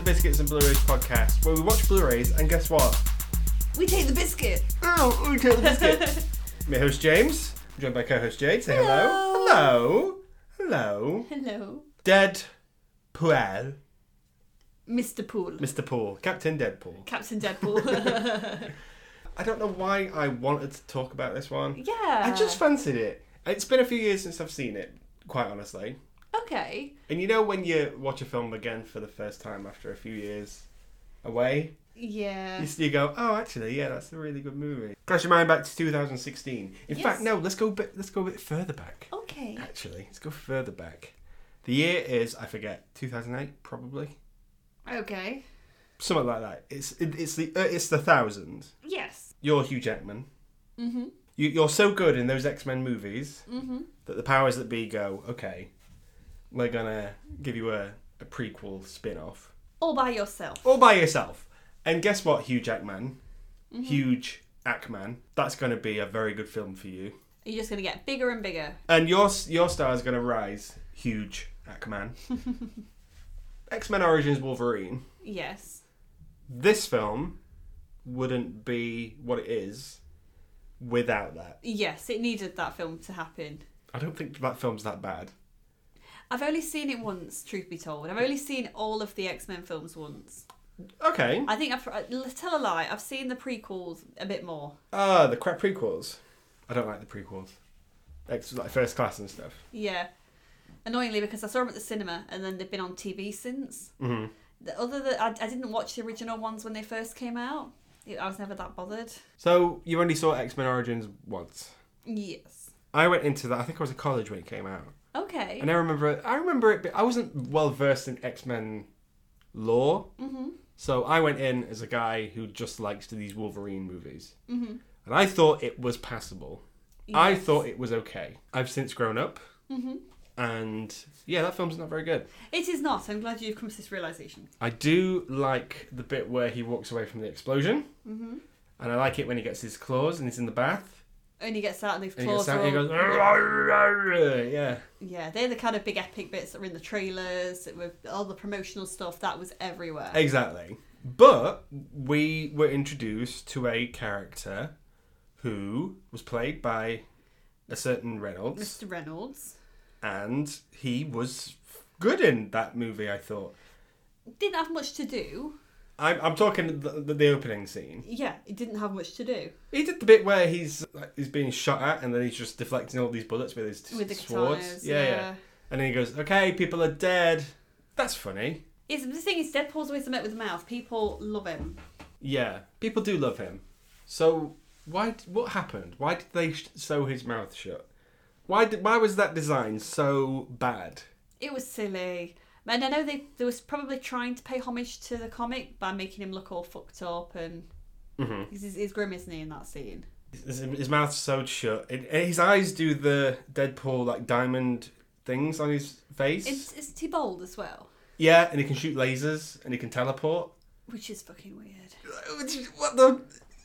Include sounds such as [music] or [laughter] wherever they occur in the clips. Blu-rays podcast, where we watch Blu-rays and guess what? We take the biscuit. Oh, we [laughs] take the biscuit. My host James, I'm joined by co-host Jade. Say hello. Hello. Hello. [laughs] Hello, Dead Puel, Mr. Pool. Mr. Pool, Captain Deadpool. Captain Deadpool. [laughs] I don't know why I wanted to talk about this one. yeah. I just fancied it. It's been a few years since I've seen it, quite honestly. okay. And you know when you watch a film again for the first time after a few years away? Yeah. You, s- you go, oh, actually, yeah, that's a really good movie. Crash your mind back to 2016. In Yes. fact, no, let's go a bit, let's go a bit further back. Okay. Actually, let's go further back. The year is, I forget, 2008, probably Okay. something like that. It's it, it's the uh, it's the thousand. Yes. You're Hugh Jackman. Mhm. You, you're so good in those X Men movies Mhm. that the powers that be go, okay, we're gonna give you a, a prequel spin off. All by yourself. all by yourself. And guess what, Hugh Jackman, huge Ackman, that's going to be a very good film for you. You're just gonna get bigger and bigger. And your your star is going to rise, huge Ackman. X Men Origins Wolverine. Yes. This film wouldn't be what it is without that. Yes. It needed that film to happen. I don't think that film's that bad. I've only seen it once, truth be told. I've only seen all of the X Men films once. Okay. I think I've I- tell a lie. I've seen the prequels a bit more. Ah, the crap prequels. I don't like the prequels. X like first class and stuff. Yeah. Annoyingly, because I saw them at the cinema and then they've been on TV since. Mhm. The other that I, I didn't watch the original ones when they first came out. I was never that bothered. So you only saw X Men Origins once. Yes. I went into that. I think I was at college when it came out, Okay. and I remember. I remember it. be- I wasn't well versed in X Men lore, Mm-hmm. so I went in as a guy who just likes these Wolverine movies, Mhm. and I thought it was passable. I thought it was okay. I've since grown up, Mm-hmm. and yeah, that film's not very good. It is not. I'm glad you've come to this realization. I do like the bit where he walks away from the explosion, Mm-hmm. and I like it when he gets his claws and he's in the bath, And he gets out and his and he claws gets out and he are all- goes, yeah. Yeah, they're the kind of big epic bits that were in the trailers, that were all the promotional stuff. That was everywhere. Exactly. But we were introduced to a character who was played by a certain Reynolds, Mr. Reynolds. and he was good in that movie. I thought. Didn't have much to do. I'm, I'm talking the, the, the opening scene. Yeah, it didn't have much to do. He did the bit where he's like, he's being shot at, and then he's just deflecting all these bullets with his t- With the swords. katanas. Yeah, yeah, And then he goes, "Okay, people are dead." That's funny. It's, the thing is, Deadpool's always the met with the mouth. People love him. Yeah, people do love him. So why? What happened? Why did they sh- sew his mouth shut? Why did? Why was that design so bad? It was silly. And I know they, they was probably trying to pay homage to the comic by making him look all fucked up and Mm-hmm. he's, he's grim, isn't he, in that scene? His, his mouth's sewed shut. It, and his eyes do the Deadpool like diamond things on his face. It's, it's too bold as well, Yeah, and he can shoot lasers and he can teleport. which is fucking weird. What the?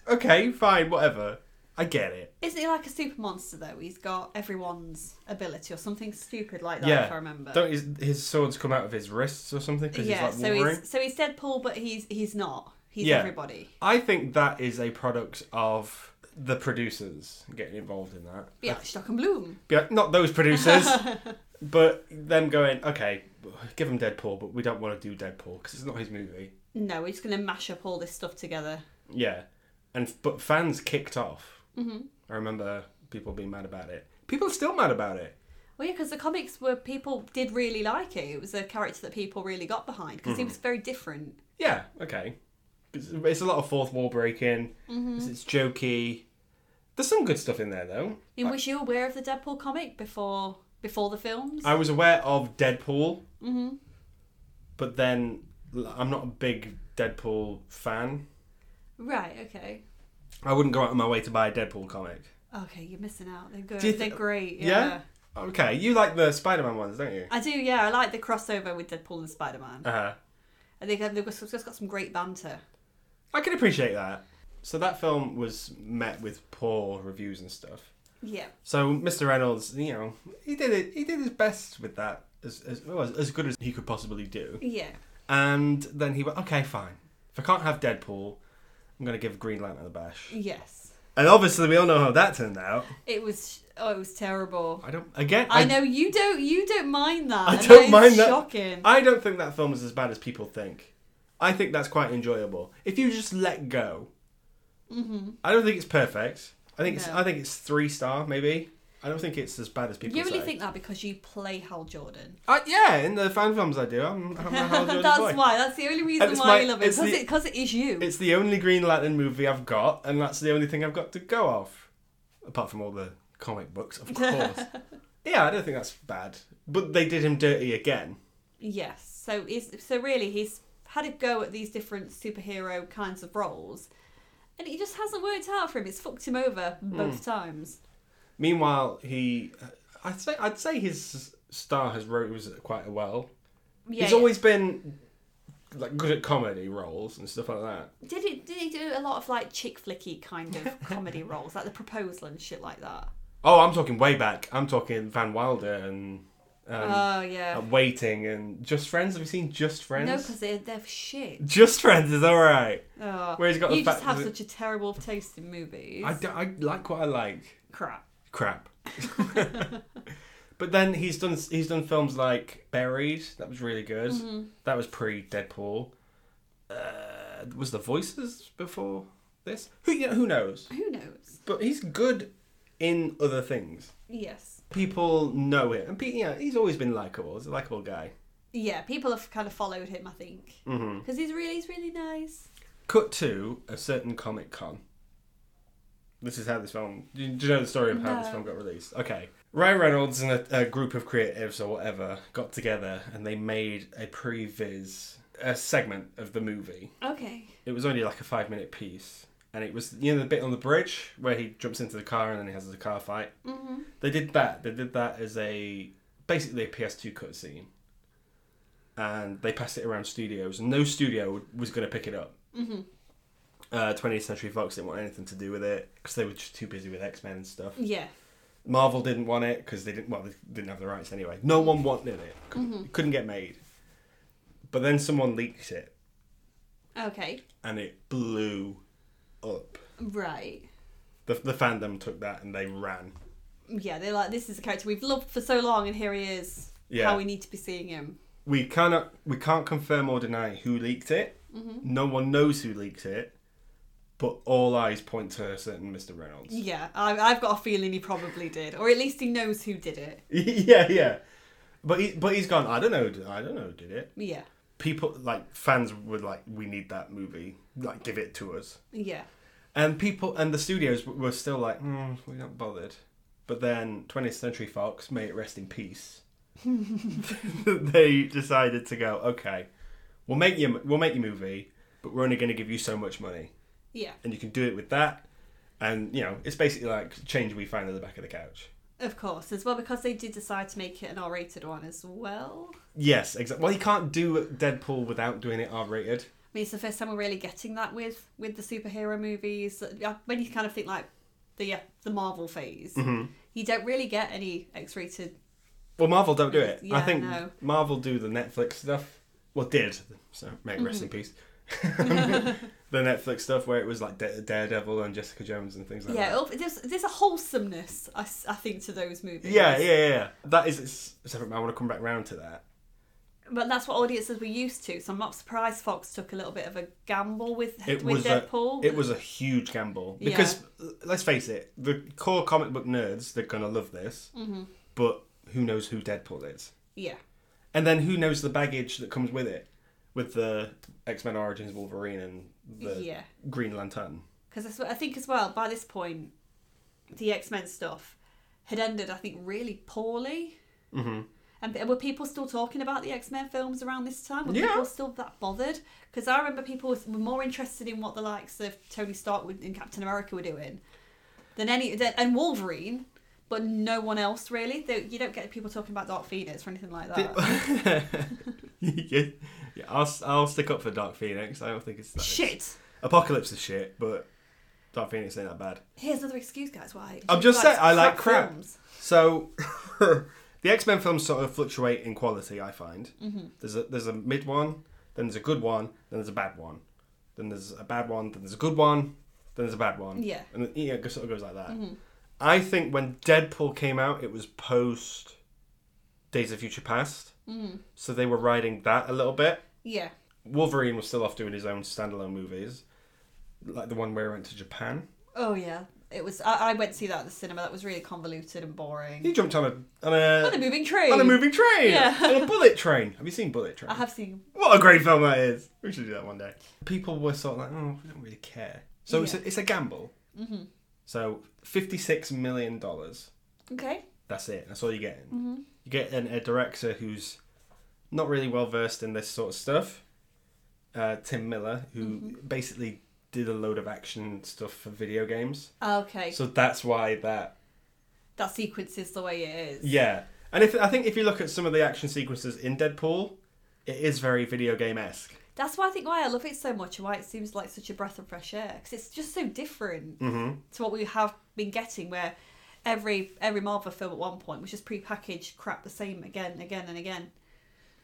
Okay, fine, whatever. I get it. Isn't he like a super monster though? He's got everyone's ability or something stupid like that, Yeah. if I remember. Don't his, his swords come out of his wrists or something? 'Cause yeah, he's like so Wolverine. he's so he's Deadpool, but he's he's not. He's Yeah. everybody. I think that is a product of the producers getting involved in that. But yeah, Stock and Bloom. Be like, Not those producers, but them going, okay, give him Deadpool, but we don't want to do Deadpool because it's not his movie. No, we're just gonna mash up all this stuff together. Yeah, and but fans kicked off. Mm-hmm. I remember people being mad about it. People are still mad about it. Well, yeah, because the comics were people did really like it. It was a character that people really got behind because he Mm-hmm. was very different. Yeah, okay. It's, it's a lot of fourth wall breaking. It's, it's jokey. There's some good stuff in there though. I mean, was you aware of the Deadpool comic before before the films? I was aware of Deadpool hmm but then l- I'm not a big Deadpool fan. Right. Okay. I wouldn't go out of my way to buy a Deadpool comic. Okay, you're missing out. They're good. Do you thi- They're great. Yeah? Yeah? Okay, you like the Spider-Man ones, don't you? I do. Yeah, I like the crossover with Deadpool and Spider Man. Uh huh. I think they've just they've just got some great banter. I can appreciate that. So that film was met with poor reviews and stuff. Yeah. So Mr. Reynolds, you know, he did it. He did his best with that, as as well, as, as good as he could possibly do. Yeah. And then he went, okay, fine. If I can't have Deadpool, I'm going to give Green Lantern a bash. Yes. And obviously, we all know how that turned out. It was oh, it was terrible. I don't, again, I, know you don't you don't mind that. I and don't is mind that. Shocking. I don't think that film is as bad as people think. I think that's quite enjoyable. If you just let go, mm-hmm. I don't think it's perfect. I think it's, No. I think it's three star maybe. I don't think it's as bad as people you really say. think that because you play Hal Jordan. I, yeah, in the fan films I do, I'm, I'm a Hal [laughs] Jordan that's boy. why. That's the only reason it's why my- I love it. it's Because the- it, 'cause it is you. It's the only Green Lantern movie I've got, and that's the only thing I've got to go off, apart from all the comic books, [laughs] of course. yeah, I don't think that's bad, but they did him dirty again. Yes. So is so really he's had a go at these different superhero kinds of roles, and it just hasn't worked out for him. It's fucked him over Hmm. both times. Meanwhile, he, I'd say, I'd say his star has rose quite well. Yeah. He's yeah. always been like good at comedy roles and stuff like that. did it. Did he do a lot of like chick flicky [laughs] kind of comedy roles, like The Proposal and shit like that? Oh, I'm talking way back. I'm talking Van Wilder and um, oh yeah. and Waiting and Just Friends. Have you seen Just Friends? No, because they're they're shit. Just Friends is all right. Oh, Where he's got the you just fact have that- such a terrible taste in movies. I, do- I like what I like. Crap. Crap. [laughs] but then he's done he's done films like Buried. That was really good. That was pre Deadpool. Uh, was the voices before this? Who yeah, who knows? Who knows? But he's good in other things. Yes. People know it, and pe- yeah, he's always been likable. He's a likable guy. Yeah, people have kind of followed him, I think, because he's really he's really nice. Cut to a certain Comic Con. This is how this film. Do you, do you know the story of how this No. film got released? Okay. Ryan Reynolds and a, a group of creatives or whatever got together and they made a previs a segment of the movie. Okay. It was only like a five minute piece, and it was you know the bit on the bridge where he jumps into the car and then he has the car fight. Mm-hmm. They did that. They did that as a basically a PS2 cutscene, and they passed it around studios. and No studio was going to pick it up. Mhm. Uh, 20th Century Fox didn't want anything to do with it because they were just too busy with X Men and stuff. Yeah. Marvel didn't want it because they didn't well they didn't have the rights anyway. No one wanted it. Could, Couldn't get made. But then someone leaked it Okay. and it blew up. Right. The, the fandom took that and they ran. Yeah, they're like, this is a character we've loved for so long, and here he is. Yeah. How we need to be seeing him. we cannot we can't confirm or deny who leaked it. No one knows who leaked it, but all eyes point to a certain Mr. Reynolds. Yeah, I, I've got a feeling he probably did, or at least he knows who did it. [laughs] yeah, yeah. But he, but he's gone. I don't know. who did- I don't know. who Did it? Yeah. People like fans were like, we need that movie. Like, give it to us. Yeah. And people and the studios w- were still like, mm, we're not bothered. But then 20th Century Fox, may it rest in peace. they decided to go, okay, we'll make you we'll make your movie, but we're only going to give you so much money, Yeah. and you can do it with that. And you know, it's basically like change we find at the back of the couch. Of course, as well, because they did decide to make it an R-rated one as well. Yes, exactly. Well, you can't do Deadpool without doing it R-rated. I mean, it's the first time we're really getting that with with the superhero movies. Uh, Yeah, When you kind of think like the yeah, the Marvel phase, Mm-hmm. you don't really get any X-rated. Well, Marvel don't do it. I Yeah, think no. Marvel do the Netflix stuff. Well, did so may it rest in Mm-hmm. peace. [laughs] the Netflix stuff where it was like Da- Daredevil and Jessica Jones and things like yeah, oh, that. it'll- there's there's a wholesomeness, I, s- I think, to those movies. Yeah, yeah, yeah, yeah. That is it's separate. I want to come back round to that. But that's what audiences were used to, so I'm not surprised Fox took a little bit of a gamble with It with was Deadpool. a it was a huge gamble because let's face it, the core comic book nerds they're gonna love this, Mm-hmm. but who knows who Deadpool is, yeah, and then who knows the baggage that comes with it, with the X Men Origins Wolverine and the yeah. Green Lantern. Because I think as well by this point, the X Men stuff had ended. I think really poorly. Mm-hmm. And were people still talking about the X Men films around this time? Were Yeah. people still that bothered? Because I remember people was- were more interested in what the likes of Tony Stark would- and Captain America were doing than any than, and Wolverine. But no one else really. They, you don't get people talking about Dark Phoenix or anything like that. yeah, [laughs] yeah, I'll, I'll stick up for Dark Phoenix. I don't think it's that. Shit. Apocalypse is shit, but Dark Phoenix ain't that bad. Here's another excuse, guys. Why? I'm just saying, I like crap. films. So, [laughs] the X Men films sort of fluctuate in quality. I find mm-hmm. there's a there's a mid one, then there's a good one, then there's a bad one, then there's a bad one, then there's a good one, then there's a bad one. Yeah. And it, yeah, it sort of goes like that. I think when Deadpool came out, it was post Days of Future Past, mm. so they were riding that a little bit. Yeah. Wolverine was still off doing his own standalone movies, like the one where he went to Japan. Oh yeah. It was. I, I went to see that at the cinema. That was really convoluted and boring. He jumped on a on a, On a moving train. on a moving train, Yeah. Uh-huh. on a bullet train. Have you seen Bullet Train? I have seen. What a great film that is. We should do that one day. People were sort of like, oh, we don't really care. So it's, Yeah. a, it's a gamble. hmm So $56 million. Okay. That's it. That's all you get. Mm-hmm. You get an, a director who's not really well versed in this sort of stuff. Uh, Tim Miller, who Mm-hmm. basically did a load of action stuff for video games. Okay. So that's why that that sequence is the way it is. Yeah, and if I think if you look at some of the action sequences in Deadpool, it is very video game esque. That's why I think why I love it so much and why it seems like such a breath of fresh air because it's just so different Mm-hmm. to what we have been getting where every every Marvel film at one point was just pre-packaged crap the same again and again and again.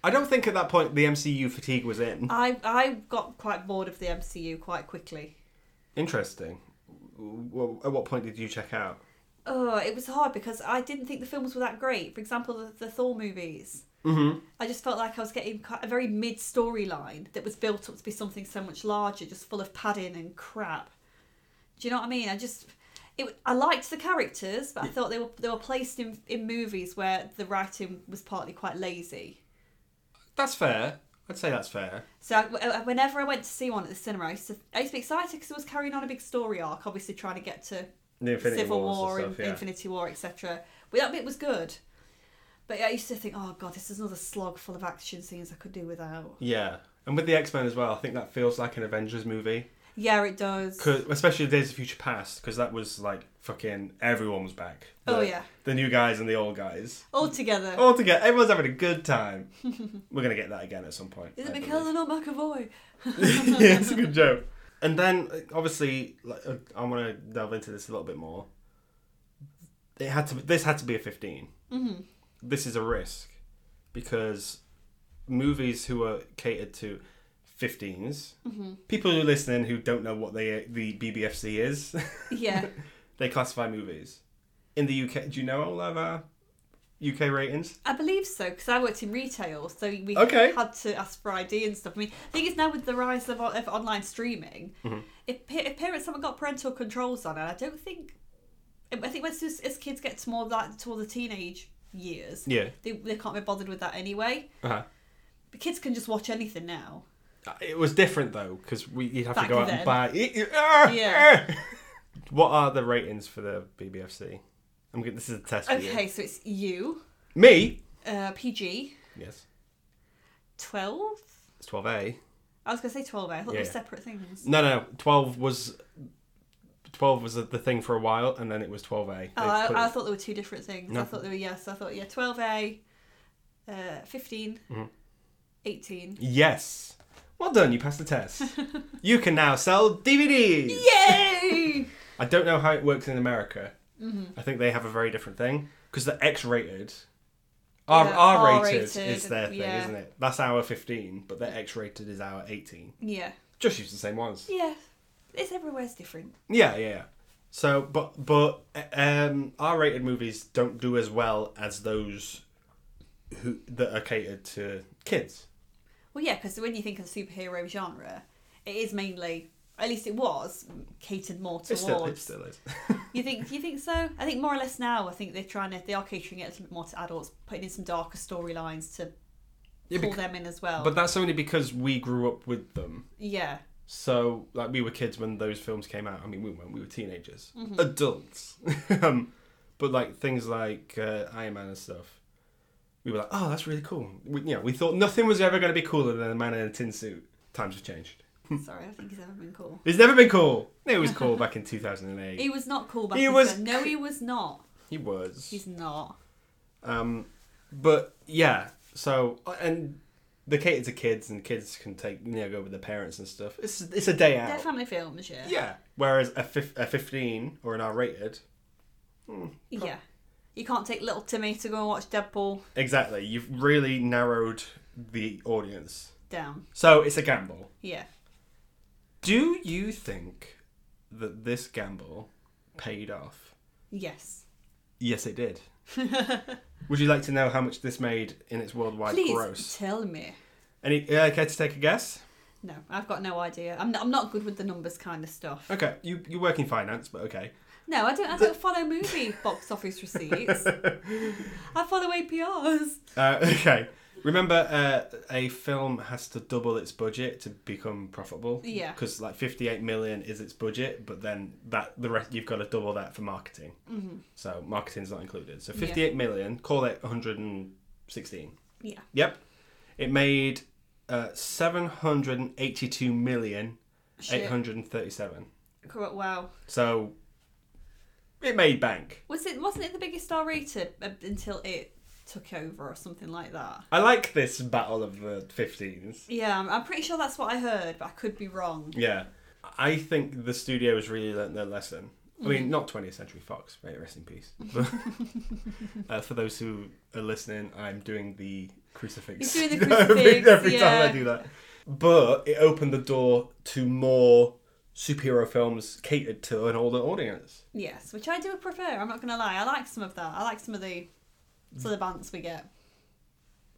I don't think at that point the MCU fatigue was in. I I got quite bored of the MCU quite quickly. Interesting. Well, at what point did you check out? Oh, it was hard because I didn't think the films were that great. For example, the, the Thor movies. Mm-hmm. I just felt like I was getting quite a very mid storyline that was built up to be something so much larger, just full of padding and crap. Do you know what I mean? I just, it, I liked the characters, but I thought they were they were placed in in movies where the writing was partly quite lazy. That's fair. I'd say that's fair. So I, I- whenever I went to see one at the cinema, I used to, I used to be excited because it was carrying on a big story arc, obviously trying to get to The Infinity Civil Wars War, and stuff. In- yeah. Infinity War, etc. But that bit was good. But I used to think, oh god, this is another slog full of action scenes I could do without. yeah, and with the X Men as well, I think that feels like an Avengers movie, Yeah, it does. 'Cause- especially Days of Future Past, because that was like fucking everyone was back. The, Oh, yeah. the new guys and the old guys All together. all together. Everyone's having a good [laughs] time. We're gonna get that again at some point. Is I it believe. McKellen or McAvoy? [laughs] yeah, it's a good joke. And then, uh, obviously, like, uh, I want to delve into this a little bit more. It had to. This had to be a 15 Mm-hmm. This is a risk because movies who are catered to 15s, Mm-hmm. people who are listening who don't know what they the BBFC is, [laughs] Yeah. they classify movies in the UK. Do you know all of our UK ratings? I believe so, because I worked in retail, so we Okay. had to ask for ID and stuff. I mean, the thing is now with the rise of, of online streaming, Mm-hmm. if, pa- if parents haven't got parental controls on it, I don't think. I think once as, as kids get to more of that, toward the teenage years, Yeah. they, they can't be bothered with that anyway. Uh-huh. But kids can just watch anything now. It was different though because we you'd have Back to go out then. and buy. [laughs] Yeah. what are the ratings for the BBFC? I'm getting this is a test for Okay, you. so it's you, Me. uh, PG, Yes. 12? It's 12A. I was going to say 12, I thought they were Yeah. separate things. No, no, 12 was 12 was the thing for a while, and then it was 12A. They Oh, I, put it- I thought there were two different things. No. I thought there were yes. I thought yeah, twelve A, uh, 15, Mm-hmm. 18. yes. Well done. You passed the test. [laughs] you can now sell DVDs. Yay! [laughs] I don't know how it works in America. Mm-hmm. I think they have a very different thing because the X-rated, R- Yeah, R-rated, is R-rated, their thing, yeah. isn't it? That's our 15, but the X-rated is our 18. yeah, Just use the same ones. yeah. It's everywhere's different. Yeah, yeah. yeah. So, but but um, R-rated movies don't do as well as those who that are catered to kids. Well, yeah, because when you think of superhero genre, it is mainly, at least it was, catered more towards. It still, it still is. [laughs] You think? You think so? I think more or less now. I think they're trying to. They are catering it a little bit more to adults, putting in some darker storylines to Yeah, pull bec- them in as well. but that's only because we grew up with them. yeah, So, like, we were kids when those films came out. I mean, we weren't. We were teenagers, adults. [laughs] um, but like things like uh, Iron Man and stuff, we were like, "Oh, that's really cool." We, you know, we thought nothing was ever going to be cooler than a man in a tin suit. Times have changed. sorry, I don't think he's ever been cool. It's never been cool. It was cool back in two thousand and [laughs] eight. He was not cool back He then. was No, he was not. He was. He's not. Um, but yeah. So and they cater to kids, and kids can take you know go with their parents and stuff. It's it's a day out. They're family films, yeah. Yeah. Whereas a, fif- a 15 or an R rated, Yeah. You can't take little Timmy to go and watch Deadpool. exactly, you've really narrowed the audience. down. So it's a gamble. Yeah. Do you think that this gamble paid off? Yes. [laughs] Yes, it did. Would you like to know how much this made in its worldwide Please gross? tell me. Any uh, care to take a guess? No, I've got no idea. I'm, I'm not good with the numbers kind of stuff. Okay, you you work in finance, but okay. No, I don't. I don't follow movie box office [laughs] receipts. I follow APRs. Uh, [laughs] okay. Remember, uh, a film has to double its budget to become profitable. Yeah. Because like fifty-eight million is its budget, but then that the rest you've got to double that for marketing. Mm-hmm. So marketing's not included. So Yeah. fifty-eight million. Call it one hundred and sixteen. Yeah. Yep. It made uh, seven hundred and eighty-two million eight Shit. hundred and thirty-seven. Correct. Wow. So it made bank. Was it? Wasn't it the biggest star rated uh, until it took over or something like that? I like this battle of the fifteens. Yeah, I'm, I'm pretty sure that's what I heard, but I could be wrong. Yeah. I think the studios really learnt their lesson. I Mm-hmm. mean, not 20th Century Fox, may it rest in [laughs] peace. But, uh, for those who are listening, I'm doing the crucifix. You're doing [laughs] the every- crucifix, every time yeah. I do that. But it opened the door to more superhero films catered to an older audience. Yes, which I do prefer. I'm not gonna lie. I like some of that. I like some of the syllabants we get.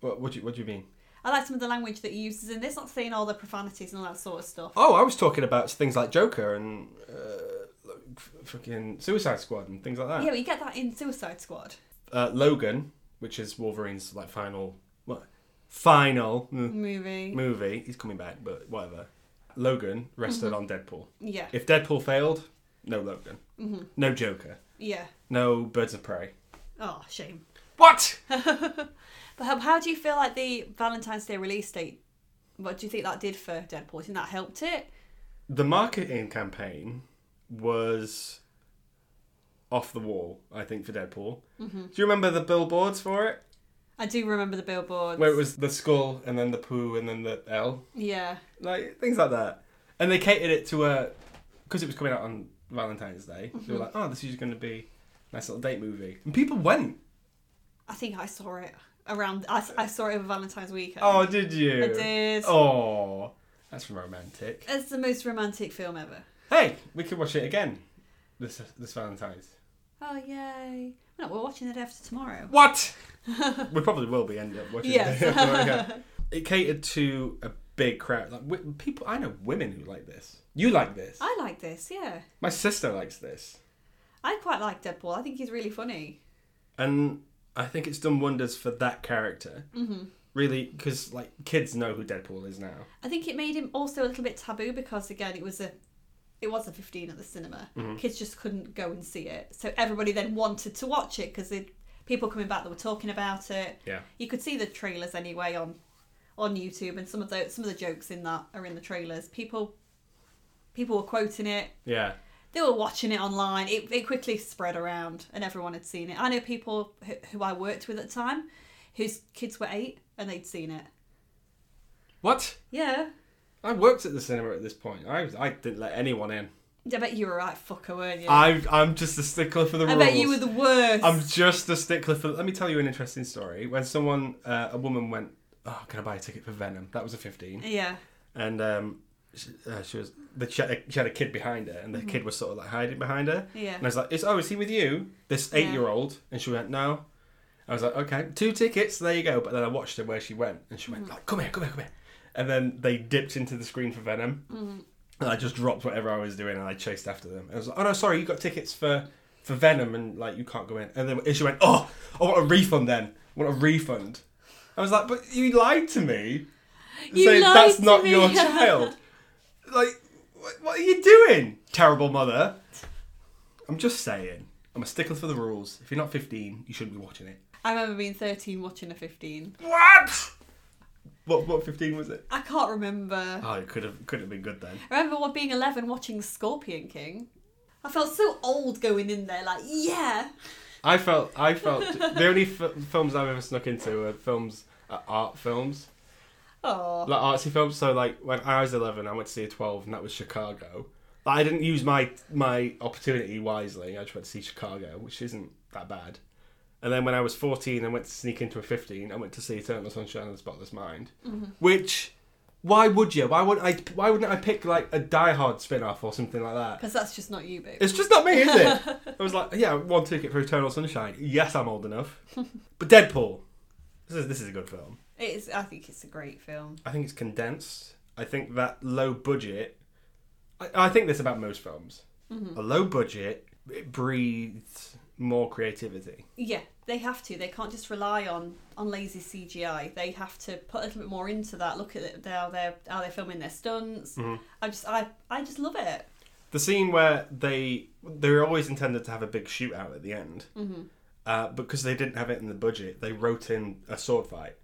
What, what, do, you, what do you mean? I like some of the language that he uses in this. Not saying all the profanities and all that sort of stuff. Oh, I was talking about things like Joker and uh, f- fucking Suicide Squad and things like that. Yeah, but you get that in Suicide Squad. uh, Logan, which is Wolverine's like final what final mm, Movie. movie. He's coming back, but whatever. Logan rested on Deadpool. Yeah. If Deadpool failed, no Logan, no Joker, Yeah. no Birds of Prey. Oh, shame. What? But how, how do you feel like the Valentine's Day release date? What do you think that did for Deadpool? Do you think that helped it? [laughs] the marketing campaign was off the wall. I think for Deadpool. Do you remember the billboards for it? I do remember the billboards. Where it was the skull and then the poo and then the L. Yeah. like things like that. And they catered it to a because it was coming out on Valentine's Day. They were like, "Oh, this is going to be a nice little date movie," and people went. I think I saw it around. I, I saw it over Valentine's weekend. Oh, did you? I did. Oh, that's romantic. It's the most romantic film ever. Hey, we could watch it again this this Valentine's. Oh yay! No, we're watching it after tomorrow. What? [laughs] we probably will be end up watching [laughs] Yes. it. [laughs] Okay. It catered to a big crowd. Like wi- people, I know women who like this. You like this. I like this. Yeah, My sister likes this. I quite like Deadpool. I think he's really funny. and I think it's done wonders for that character. Mm-hmm. Really, because like kids know who Deadpool is now. I think it made him also a little bit taboo because again, it was a it was a 15 at the cinema. Kids just couldn't go and see it. So everybody then wanted to watch it because people coming back that were talking about it. Yeah. You could see the trailers anyway on on YouTube and some of the some of the jokes in that are in the trailers. People people were quoting it. Yeah. They were watching it online. It, it quickly spread around and everyone had seen it. I know people who, who I worked with at the time whose kids were 8 and they'd seen it. What? Yeah. I worked at the cinema at this point. I I didn't let anyone in. I bet you were a right fucker, weren't you? I I'm just a stickler for the I rules. bet you were the worst. I'm just a stickler for. Let me tell you an interesting story. When someone, uh, a woman went, "Oh, can I buy a ticket for Venom?" That was a fifteen. Yeah. and um, she, uh, she was the she had, a, she had a kid behind her, and the kid was sort of like hiding behind her. Mm-hmm. Yeah. And I was like, "Is oh, is he with you?" This Yeah. eight year old, and she went, "No." I was like, "Okay, two tickets, there you go." But then I watched her where she went, and she Mm-hmm. went, like, "Come here, come here, come here," and then they dipped into the screen for Venom, and I just dropped whatever I was doing, and I chased after them. And I was like, "Oh no, sorry, you got tickets for." For Venom and like you can't go in, and then and she went, "Oh, I want a refund then. I want a refund." I was like, "But you lied to me." You saying lied that's to not me." your child. like, what, what are you doing, terrible mother? I'm just saying. I'm a stickler for the rules. If you're not 15, you shouldn't be watching it. I remember being 13 watching a 15. What? What? What 15 was it? I can't remember. Oh, it could have could have been good then. I remember what being 11 watching Scorpion King. I felt so old going in there, like, yeah. I felt I felt the only f- films I've ever snuck into are films uh, art films, Oh. like artsy films. So like when I was 11, I went to see a 12, and that was Chicago. Like, I didn't use my my opportunity wisely. I just went to see Chicago, which isn't that bad. And then when I was 14, I went to sneak into a 15. I went to see Eternal Sunshine of the Spotless Mind, which Why would you? Why would I? Why wouldn't I pick like a Die Hard spin-off or something like that? Because that's just not you, boo. It's just not me, is it? I was like, yeah, one ticket for Eternal Sunshine. Yes, I'm old enough. But Deadpool, this is this is a good film. It's. I think it's a great film. I think it's condensed. I think that low budget. I, I think this about most films. A low budget it breathes more creativity. Yeah, they have to. They can't just rely on on lazy CGI. They have to put a little bit more into that. Look at it- how they're how they're filming their stunts. Mm-hmm. I just I I just love it. The scene where they they're always intended to have a big shootout at the end, mm-hmm. uh, because they didn't have it in the budget, they wrote in a sword fight,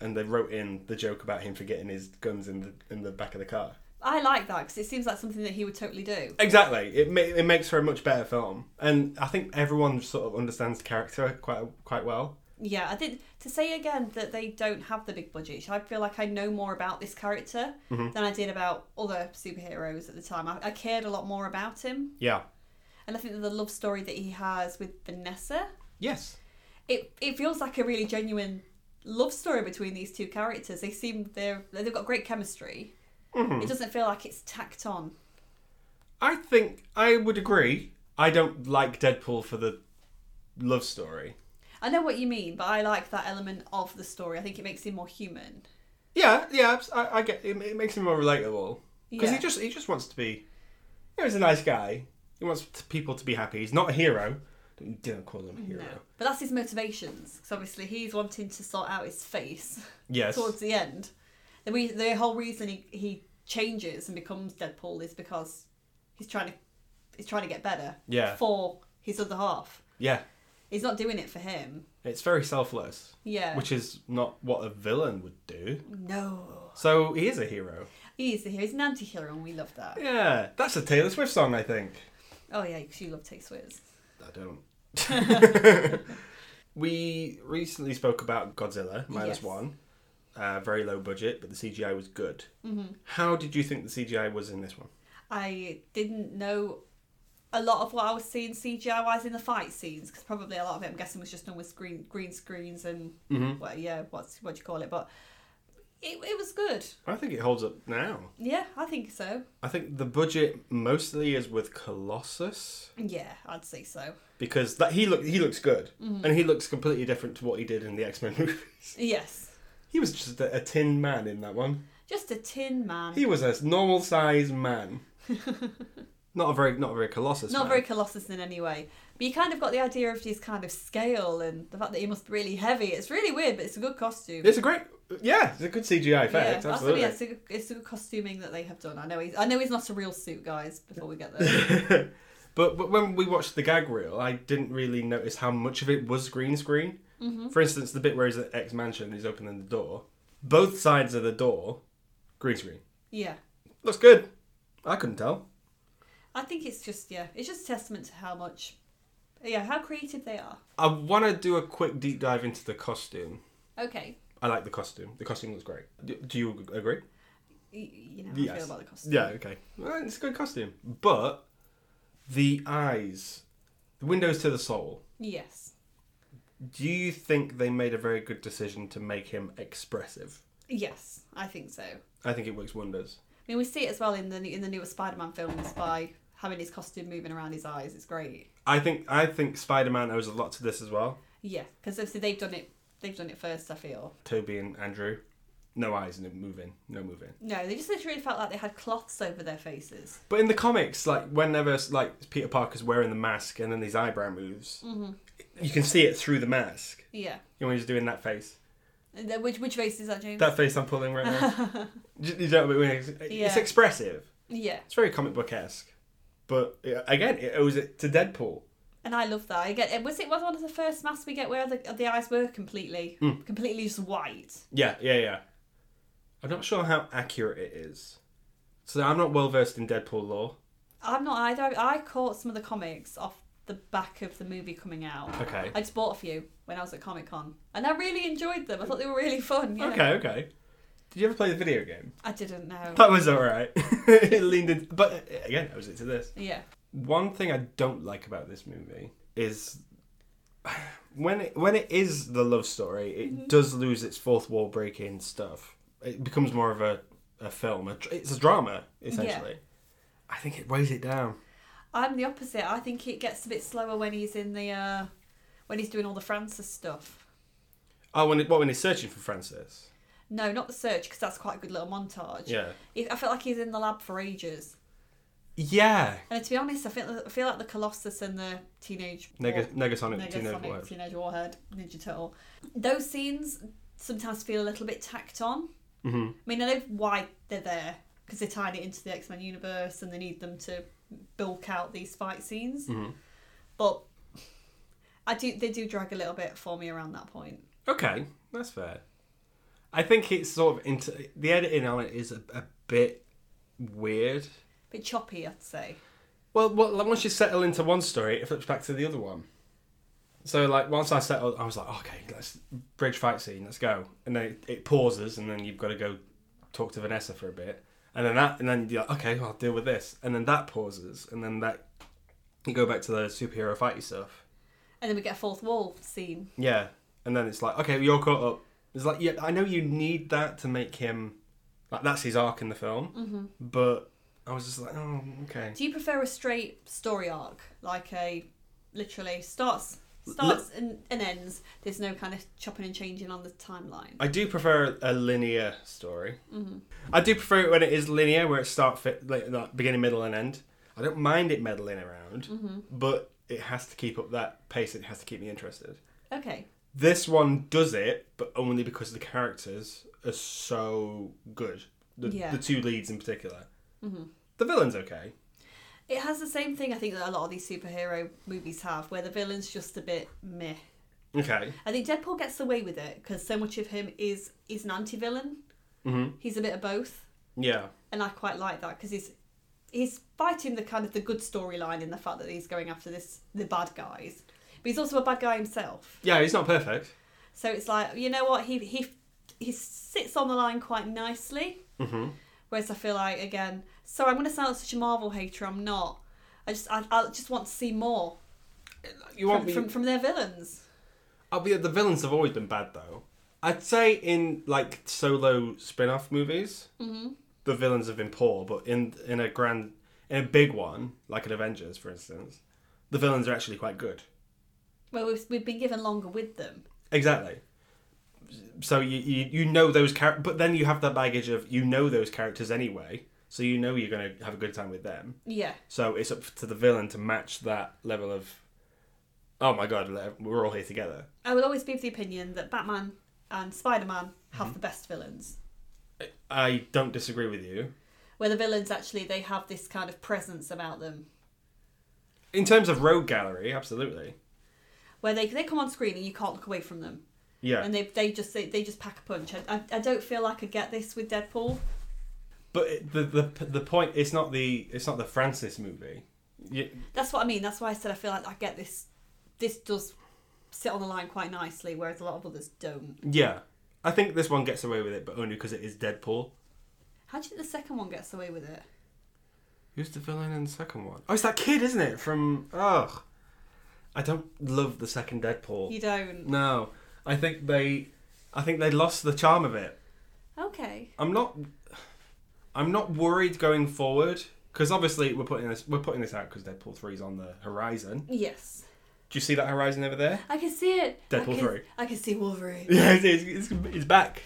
and they wrote in the joke about him forgetting his guns in the in the back of the car. I like that because it seems like something that he would totally do. Exactly. It ma- it makes for a much better film, and I think everyone sort of understands the character quite quite well. Yeah, I did to say again that they don't have the big budget. I feel like I know more about this character than I did about other superheroes at the time. I, I cared a lot more about him, Yeah. and I think that the love story that he has with Vanessa Yes. it it feels like a really genuine love story between these two characters. They seem they're they've got great chemistry. It doesn't feel like it's tacked on. I think I would agree. I don't like Deadpool for the love story. I know what you mean, but I like that element of the story. I think it makes him more human. Yeah, yeah, I, I get it, it makes him more relatable because Yeah. he just he just wants to be. You know, he's a nice guy. He wants t- people to be happy. He's not a hero. Don't, don't call him a hero. No. But that's his motivations. Because obviously he's wanting to sort out his face [laughs] Yes. towards the end. The, re- the whole reason he, he changes and becomes Deadpool is because he's trying to he's trying to get better Yeah. for his other half. Yeah. He's not doing it for him. It's very selfless, Yeah. which is not what a villain would do. no. So he is a hero. He is the hero. He's an anti-hero, and we love that. Yeah, that's a Taylor Swift song, I think. Oh yeah, because you love Taste Wiz. I [laughs] don't. we recently spoke about Godzilla minus Yes. one. Uh, very low budget, but the CGI was good. Mm-hmm. How did you think the CGI was in this one? I didn't know a lot of what I was seeing CGI wise in the fight scenes because probably a lot of it I'm guessing was just done with screen green screens and well yeah what's what do you call it but it it was good I think it holds up now. yeah I think so I think the budget mostly is with Colossus yeah I'd say so because that he look he looks good Mm-hmm. and he looks completely different to what he did in the X Men [laughs] movies. yes He was just a, a tin man in that one. just a tin man He was a normal sized [laughs] man. not a very not a very Colossus. not man. very colossus in any way but you kind of got the idea of his kind of scale and the fact that he must be really heavy it's really weird but it's a good costume It's a great, yeah, it's a good CGI effect. that's what- absolutely. yeah, it's, a, it's a good costuming that they have done. I know he's, I know he's not a real suit, guys. Before we get [laughs] there, but but when we watched the gag reel, I didn't really notice how much of it was green screen. Mm-hmm. For instance, the bit where he's at X Mansion, he's opening the door. Both sides of the door, green screen. yeah, Looks good. I couldn't tell. I think it's just yeah, it's just a testament to how much, yeah, how creative they are. I want to do a quick deep dive into the costume. Okay, I like the costume. The costume looks great. Do- Do you agree? Y- you know how I Yes. feel about the costume. Yeah, okay. Well, it's a good costume. But the eyes, the windows to the soul, Yes. Do you think they made a very good decision to make him expressive? Yes, I think so. I I think it works wonders. mean, we see it as well in the in the newer Spider-Man films by having his costume moving around his eyes. It's great. I think I think Spider Man owes a lot to this as well. Yeah, because obviously they've done it. They've done it first. I feel. Toby and Andrew, no eyes, no moving, no moving. No, they just literally felt like they had cloths over their faces. But in the comics, like whenever like Peter Parker's wearing the mask and then his eyebrow moves, you can see it through the mask. Yeah. You know when he's doing that face, And then Which which face is that, James? that face I'm pulling right now. you know what I mean? It's, it's Yeah. expressive. yeah. It's very comic book esque. But uh, again, it owes it to Deadpool. And I love that. I get it. Was it was one of the first masks we get where the, the eyes were completely, Hmm. completely just white? Yeah, yeah, yeah. I'm not sure how accurate it is. So I'm not well versed in Deadpool lore. I'm not either. I caught some of the comics off the back of the movie coming out. Okay. I just bought a few when I was at Comic Con, and I really enjoyed them. I thought they were really fun. you know. Okay, okay. Did you ever play the video game? I didn't know. That was alright. [laughs] it leaned in, but uh, again, I was into this. Yeah. One thing I don't like about this movie is when it, when it Mm-hmm. is the love story, it does lose its fourth wall breaking stuff. It becomes more of a a film. A dr- It's a drama essentially. I think it weighs it down. I'm the opposite. I think it gets a bit slower when he's in the uh, when he's doing all the Francis stuff. Oh, when it, what when he's searching for Francis? No, not the search because that's quite a good little montage. Yeah. He- I felt like he's in the lab for ages. Yeah. And to be honest, I feel I feel like the Colossus and the teenage Neg- Negasonic, Negasonic Teenage Warhead. Teenage Warhead Ninja Turtle. Those scenes sometimes feel a little bit tacked on. hmm I mean, I know why they're there because they tied it into the X Men universe and they need them to bulk out these fight scenes. Mhm. But I do, they do drag a little bit for me around that point. Okay, that's fair. I think it's sort of into the editing on it is a, a bit weird. bit choppy, I'd say. Well, well, like, once you settle into one story, it flips back to the other one. So, like, once I settled, I was like, okay, let's bridge fight scene, let's go. And then it, it pauses, and then you've got to go talk to Vanessa for a bit, and then that, and then you're like, okay, well, I'll deal with this, and then that pauses, and then that you go back to the superhero fighty stuff. And then we get a fourth wall scene. Yeah, and then it's like, okay, you're caught up. It's like, yeah, I know you need that to make him like that's his arc in the film, Mhm. but I was just like, oh, okay. Do you prefer a straight story arc, like a literally starts starts and, and ends? There's no kind of chopping and changing on the timeline. I do prefer a linear story. I do prefer it when it is linear, where it start fit like, like beginning, middle, and end. I don't mind it meddling around, but it has to keep up that pace. and It has to keep me interested. Okay, This one does it, but only because the characters are so good. The, Yeah. Mm-hmm. the two leads in particular. The villain's okay. it has the same thing I think that a lot of these superhero movies have, where the villain's just a bit meh. Okay. I think Deadpool gets away with it because so much of him is is an anti-villain. hmm He's a bit of both. Yeah. and I quite like that because he's he's fighting the kind of the good storyline in the fact that he's going after this the bad guys, but he's also a bad guy himself. Yeah, he's not perfect. So it's like you know what he he he sits on the line quite nicely. Mm-hmm. Whereas I feel like again, sorry, I'm going to sound like such a Marvel hater. I'm not. I just I, I just want to see more You from, want me? from from their villains. I'll be, the villains have always been bad though. I'd say in like solo spin-off movies, Mhm. the villains have been poor, but in in a grand in a big one like an Avengers, for instance, the villains are actually quite good. Well, we've, we've been given longer with them. Exactly. So you you, you know those characters, but then you have that baggage of you know those characters anyway, so you know you're going to have a good time with them. Yeah. So it's up to the villain to match that level of, oh my god, le- we're all here together. I will always be of the opinion that Batman and Spider Man Mm-hmm. have the best villains. I don't disagree with you. where the villains actually they have this kind of presence about them In terms of rogue gallery, absolutely. where they, they come on screen and you can't look away from them Yeah. and they, they just they, they just pack a punch I, I, I don't feel like i get this with deadpool but it, the, the the point it's not the it's not the Francis movie. You, that's what i mean that's why i said i feel like i get this this does sit on the line quite nicely whereas a lot of others don't yeah. I think this one gets away with it, but only because it is Deadpool. how do you think the second one gets away with it Who's the villain in the second one? Oh, it's that kid, isn't it? From ugh. I don't love the second Deadpool. you don't No, I think they, I think they lost the charm of it. okay I'm not. I'm not worried going forward because obviously we're putting this we're putting this out because Deadpool three's on the horizon. yes Do you see that horizon over there? [laughs] i can see it I Deadpool can- three. i can see wolverine Yeah, it's, it's, it's, it's back.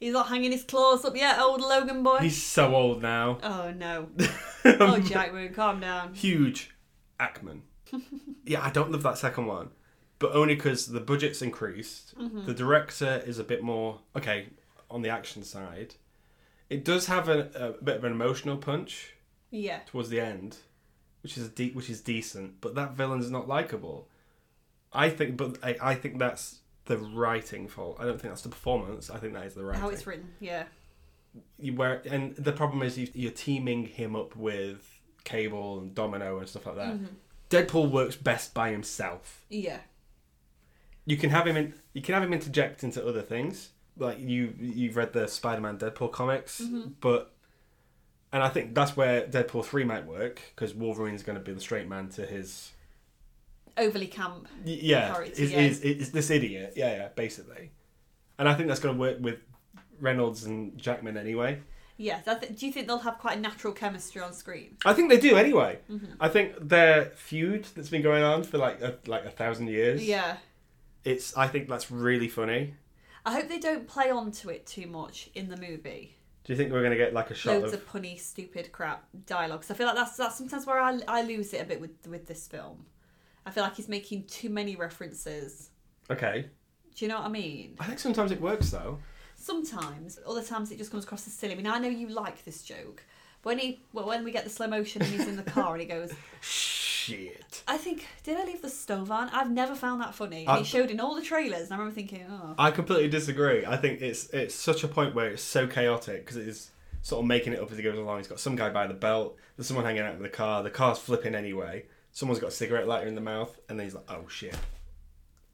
he's not hanging his claws up yet old logan boy He's so old now. [laughs] oh no oh jack Moon, calm down Huge [laughs] Ackman. yeah, I don't love that second one, but only because the budget's increased. Mm-hmm. The director is a bit more okay on the action side. It does have a, a bit of an emotional punch yeah towards the end, which is de- which is decent, but that villain's not likable. I think, but I, I think that's the writing fault. I don't think that's the performance. I think that is the writing. how it's written yeah you where and the problem is you, you're teaming him up with Cable and Domino and stuff like that. Deadpool works best by himself. yeah You can have him in, you can have him interject into other things. Like you you've read the Spider-Man Deadpool comics, but and I think that's where Deadpool 3 might work because Wolverine's going to be the straight man to his overly camp. y- yeah, Character, his, yeah. his- his- this idiot. Yeah, yeah, basically. And I think that's going to work with Reynolds and Jackman anyway. Yes. I th- do you think they'll have quite a natural chemistry on screen? I think they do anyway. Mm-hmm. I think their feud that's been going on for like a, like a thousand years. Yeah. It's. I think that's really funny. I hope they don't play onto it too much in the movie. Do you think we're gonna get like a shot Loads of? of punny, stupid crap dialogue. 'Cause I feel like that's that's sometimes where I, I lose it a bit with with this film. I feel like he's making too many references. Okay. Do you know what I mean? I think sometimes it works though. Sometimes, other times it just comes across as silly. I mean, I know you like this joke. When he well, when we get the slow motion and he's in the car and he goes, [laughs] Shit. I think did I leave the stove on? I've never found that funny. And I- it showed in all the trailers, and I remember thinking, oh, I completely disagree. I think it's it's such a point where it's so chaotic because it is sort of making it up as he goes along. He's got some guy by the belt. There's someone hanging out in the car. The car's flipping anyway. Someone's got a cigarette lighter in the mouth, and then he's like, "Oh shit."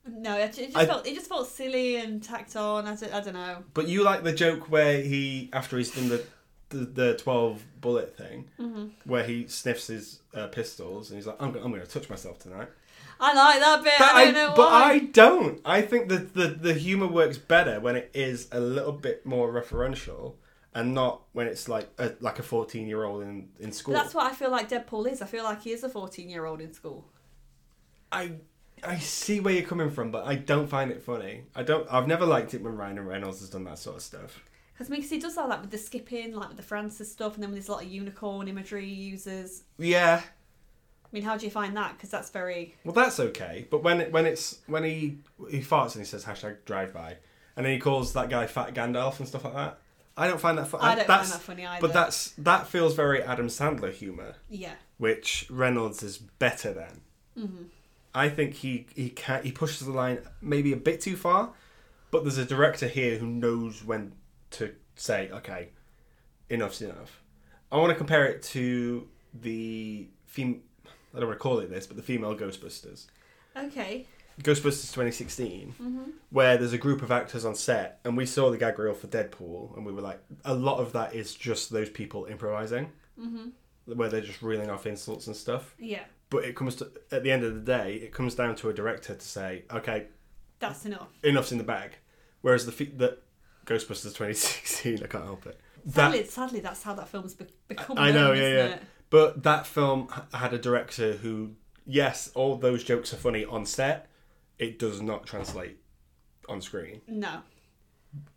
no, it ju- it just I- felt it just felt silly and tacked on. I don't, I don't know. But you like the joke where he, after he's done the the, the twelve bullet thing, Mm-hmm. where he sniffs his uh, pistols and he's like, "I'm gonna, I'm gonna touch myself tonight." I like that bit. But I I, don't know but why. I don't. I think that the the humor works better when it is a little bit more referential and not when it's like a, like a fourteen year old in in school. That's what I feel like Deadpool is. I feel like he is a 14 year old in school. I I see where you're coming from, but I don't find it funny. I don't. I've never liked it when Ryan Reynolds has done that sort of stuff. Because I mean, 'cause he does that like with the skipping, like with the Francis stuff, and then with this lot of unicorn imagery he uses. Yeah, I mean, how do you find that? Because that's very. Well, that's okay. But when it, when it's when he he farts and he says hashtag drive by, and then he calls that guy Fat Gandalf and stuff like that. I don't find that funny. I don't find that's, that funny either. But that's that feels very Adam Sandler humor, Yeah. which Reynolds is better than. I think he he can he pushes the line maybe a bit too far, but there's a director here who knows when to say okay, enough's enough. I want to compare it to the fem- I don't want to call it this, but the female Ghostbusters. Okay. Ghostbusters 2016, where there's a group of actors on set, and we saw the gag reel for Deadpool, and we were like, a lot of that is just those people improvising, where they're just reeling off insults and stuff. Yeah. But it comes to, at the end of the day, it comes down to a director to say, okay, That's enough. enough's in the bag. Whereas the, fe- the Ghostbusters 2016, I can't help it. That- Sadly, sadly, that's how that film's be- become. I know, known, yeah, isn't yeah. It? But that film h- had a director who, yes, all those jokes are funny on set. It does not translate on screen. No,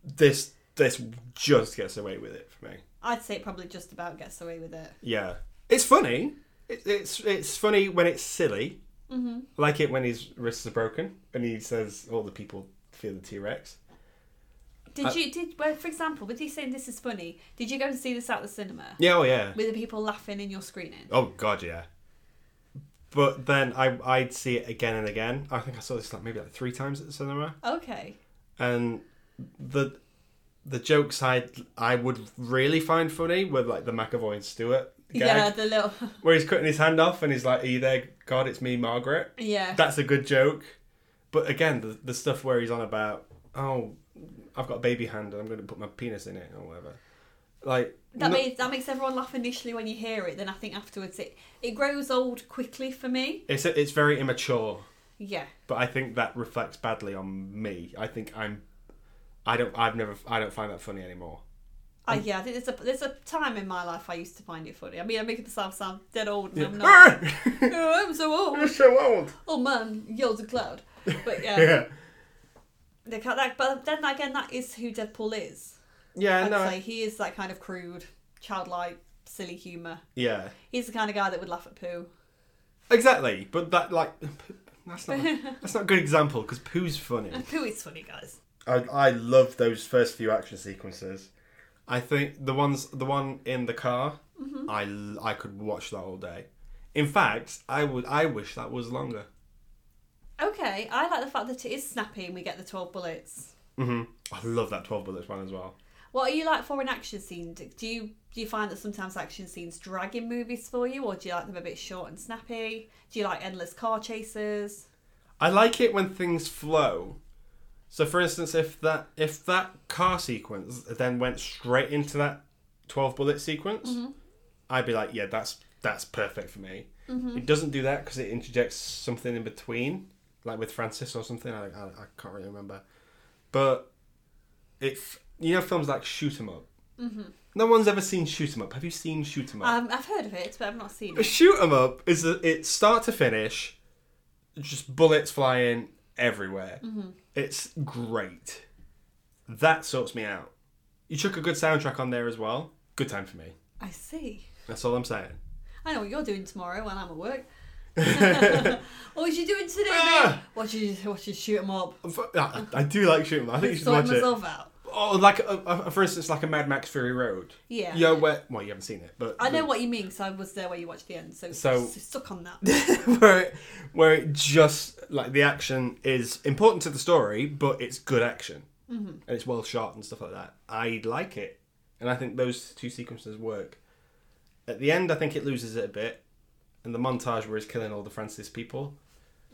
This this just gets away with it for me. I'd say it probably just about gets away with it. Yeah, it's funny. It, it's it's funny when it's silly. Mm-hmm. Like it when his wrists are broken and he says all the people fear the T Rex. Did I- you did well, for example, with you saying this is funny? Did you go and see this at the cinema Yeah, oh yeah. with the people laughing in your screening? Oh god, yeah. But then I I'd see it again and again. I think I saw this like maybe like three times at the cinema. Okay. and the the jokes I I would really find funny were like the McAvoy and Stewart gag, Yeah, the little. [laughs] where he's cutting his hand off and he's like, "Are you there, God? It's me, Margaret." yeah. That's a good joke, but again, the the stuff where he's on about, "Oh, I've got a baby hand and I'm going to put my penis in it or whatever," like That no- makes that makes everyone laugh initially when you hear it. Then I think afterwards it it grows old quickly for me. it's it's very immature. Yeah. but I think that reflects badly on me. I think I'm, I don't, I've never, I don't find that funny anymore. I, Um, yeah, I think there's a there's a time in my life I used to find it funny. I mean, I'm making myself sound dead old, and I'm [laughs] not. oh, I'm so old. You're so old. Oh man, yells a cloud. But [laughs] yeah, Yeah. they can't, that, but then again, that is who Deadpool is. Yeah, I'd no. say he is that kind of crude, childlike, silly humour. Yeah. He's the kind of guy that would laugh at poo. [laughs] Exactly. But that like [laughs] that's not that's not a good example because poo's funny. And poo is funny, guys. I I love those first few action sequences. I think the ones the one in the car, I l I I could watch that all day. In fact, I would I wish that was longer. Okay, I like the fact that it is snappy and we get the 12 bullets. hmm I love that 12 bullets one as well. What are you like for an action scene? Do do you do you find that sometimes action scenes drag in movies for you, or do you like them a bit short and snappy? Do you like endless car chases? I like it when things flow. So, for instance, if that if that car sequence then went straight into that twelve bullet sequence, I'd be like, yeah, that's that's perfect for me. It doesn't do that because it interjects something in between, like with Francis or something. I I, I can't really remember, but if you know films like Shoot 'Em Up. No one's ever seen Shoot 'Em Up. Have you seen Shoot 'Em Up? Um, I've heard of it, but I've not [laughs] seen it. Shoot 'em up is that it's start to finish, just bullets flying everywhere. Mm-hmm. It's great. That sorts me out. You chuck a good soundtrack on there as well. Good time for me. I see. That's all I'm saying. I know what you're doing tomorrow when I'm at work. [laughs] [laughs] what was you doing today, babe? Ah! Watch you, watch you shoot 'em up. I, I do like shooting. 'em up. I think you should Sort watch it. myself out. Oh, like uh, uh, for instance, like a Mad Max Fury Road. Yeah. You know where? Well, you haven't seen it, but I know what you mean because I was there where you watched the end, so, So- s- stuck on [laughs] that. where it, where it just like the action is important to the story, but it's good action and it's well shot and stuff like that. I like it, and I think those two sequences work. At the end, I think it loses it a bit, and the montage where he's killing all the Francis people.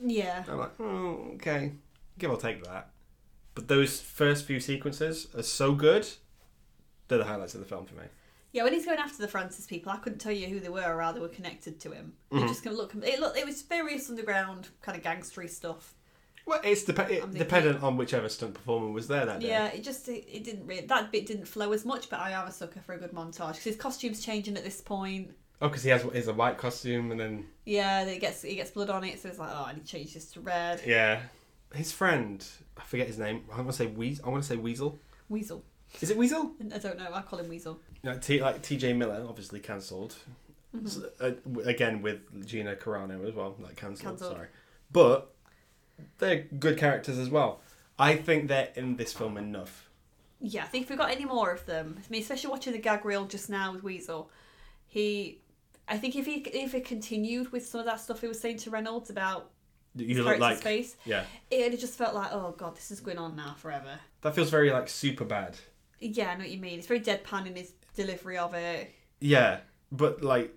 yeah. I'm like, oh, okay, give or take that. But those first few sequences are so good; they're the highlights of the film for me. Yeah, when he's going after the Francis people, I couldn't tell you who they were or how they were connected to him. Mm-hmm. It just kind of look, it look, it was various underground kind of gangstery stuff. Well, it's depe- it, thinking- dependent on whichever stunt performer was there that day. Yeah, it just it, it didn't really that bit didn't flow as much. But I am a sucker for a good montage because his costume's changing at this point. Oh, because he has is a white costume, and then Yeah, it gets it gets blood on it, so it's like oh, and he changed this to red. Yeah. His friend, I forget his name. I want to say Weasel. I want to say Weasel. Weasel, Is it Weasel? I don't know. I call him Weasel. Like, T, like TJ Miller, obviously canceled Mm-hmm. So, uh, w- again with Gina Carano as well, like cancelled. Cancelled. Sorry, but they're good characters as well. I think they're in this film enough. Yeah, I think if we got any more of them, I mean, especially watching the gag reel just now with Weasel, he, I think if he if it continued with some of that stuff he was saying to Reynolds about You his look character's like face, yeah. it, it just felt like oh god, this is going on now forever. That feels very like super bad. Yeah, I know what you mean. It's very deadpan in his delivery of it. Yeah, but like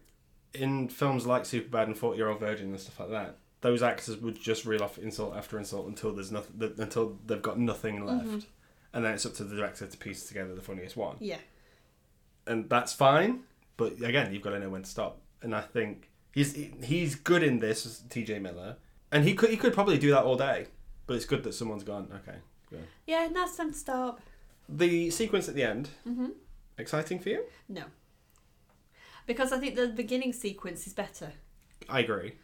in films like Superbad and Forty Year Old Virgin and stuff like that, those actors would just reel off insult after insult until there's nothing, th- until they've got nothing left, and then it's up to the director to piece together the funniest one, Yeah, and that's fine. But again, you've got to know when to stop, and I think he's he's good in this, as T.J. Miller, and he could he could probably do that all day, but it's good that someone's gone. Okay, good. yeah. Now it's time to stop. the sequence at the end, exciting for you? No, because I think the beginning sequence is better. I agree.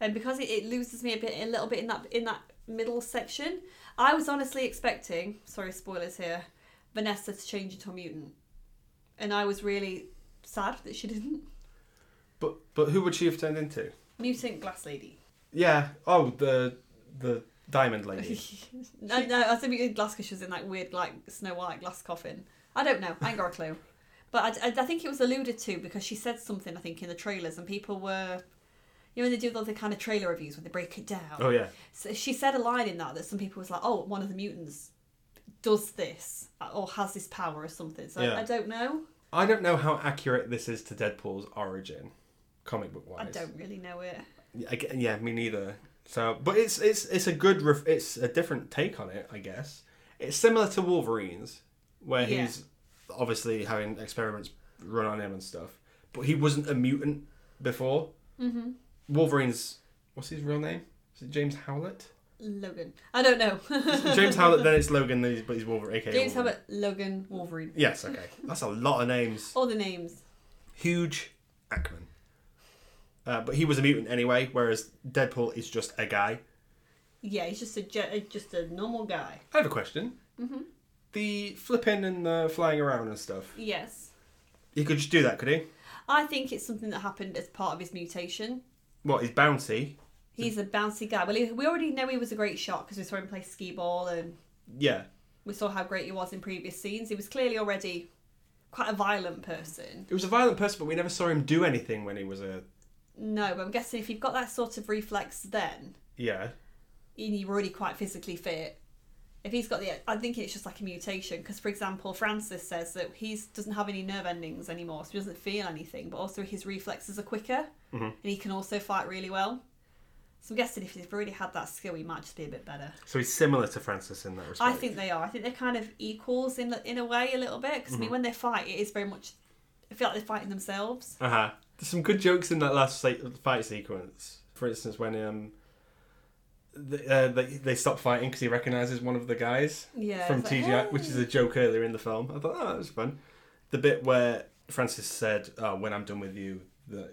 and because it, it loses me a bit, a little bit in that in that middle section. I was honestly expecting, sorry, spoilers here, Vanessa to change into a mutant, and I was really sad that she [laughs] didn't. But but who would she have turned into? Mutant glass lady. Yeah. Oh, the the diamond lady. [laughs] No, no, I think mutant glass because she was in that weird like Snow White glass coffin. I don't know. I ain't got a clue. But I, I, I think it was alluded to because she said something I think in the trailers and people were, you know, when they do all the kind of trailer reviews when they break it down. oh yeah. So she said a line in that that some people was like, oh, one of the mutants does this uh, or has this power or something. So I- Yeah. I, don't know. I don't know how accurate this is to Deadpool's origin, comic book I wise. don't really know it. Yeah, I g- yeah, me neither. So, but it's it's it's a good ref- it's a different take on it, I guess. It's similar to Wolverine's, where Yeah. he's obviously having experiments run on him and stuff, but he wasn't a mutant before. Mm-hmm. Wolverine's what's his real name? Is it James Howlett? Logan. I don't know. [laughs] James Howlett. Then it's Logan. Then he's, but he's Wolverine. AKA James Wolverine. Howard, Logan, Wolverine. Yes, okay. That's a lot of names. All the names. Huge Ackman. Uh, but he was a mutant anyway, whereas Deadpool is just a guy. Yeah, he's just a ge- uh, just a normal guy. I have a question. Mm-hmm. The flipping and the flying around and stuff. Yes. He could just do that, could he? I think it's something that happened as part of his mutation. What, he's bouncy? He's a bouncy guy. Well, he, we already know he was a great shot because we saw him play skee ball and Yeah. we saw how great he was in previous scenes. He was clearly already quite a violent person. He was a violent person, but we never saw him do anything when he was a. No, but I'm guessing if you've got that sort of reflex then, Yeah. and you're already quite physically fit, if he's got the, I think it's just like a mutation. Because for example, Francis says that he doesn't have any nerve endings anymore, so he doesn't feel anything. But also his reflexes are quicker, Mm-hmm. and he can also fight really well. So I'm guessing if he's already had that skill, he might just be a bit better. So he's similar to Francis in that respect. I think they are. I think they're kind of equals in in a way a little bit. Because Mm-hmm. I mean, when they fight, it is very much. I feel like they're fighting themselves. [laughs] Uh huh. There's some good jokes in that last se- fight sequence. For instance, when um, th- uh, they they stop fighting because he recognizes one of the guys Yeah. from it's like, TGI, which is a joke earlier in the film. I thought, oh, that was fun. The bit where Francis said, "Oh, when I'm done with you, that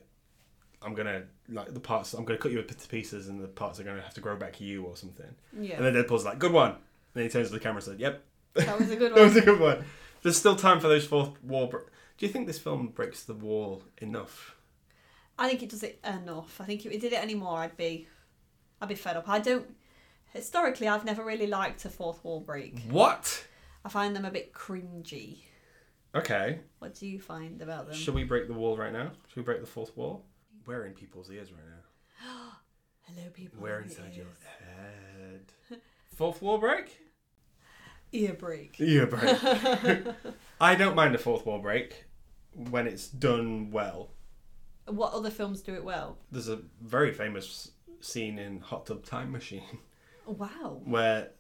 I'm gonna like the parts. I'm gonna cut you to pieces, and the parts are gonna have to grow back you or something." Yeah. And then Deadpool's like, "Good one." Then he turns to the camera and said, "Yep, that was a good that was one. a good one." There's still time for those fourth wall. Br- Do you think this film breaks the wall enough? I think it does it enough. I think if it did it anymore, I'd be, I'd be fed up. I don't. Historically, I've never really liked a fourth wall break. What? I find them a bit cringy. Okay. What do you find about them? Should we break the wall right now? Should we break the fourth wall? We're in people's ears right now. Hello, people. We're it inside your is. head. Fourth wall break? ear break. Yeah, break. I don't mind a fourth wall break when it's done well. What other films do it well? There's a very famous scene in Hot Tub Time Machine Wow. where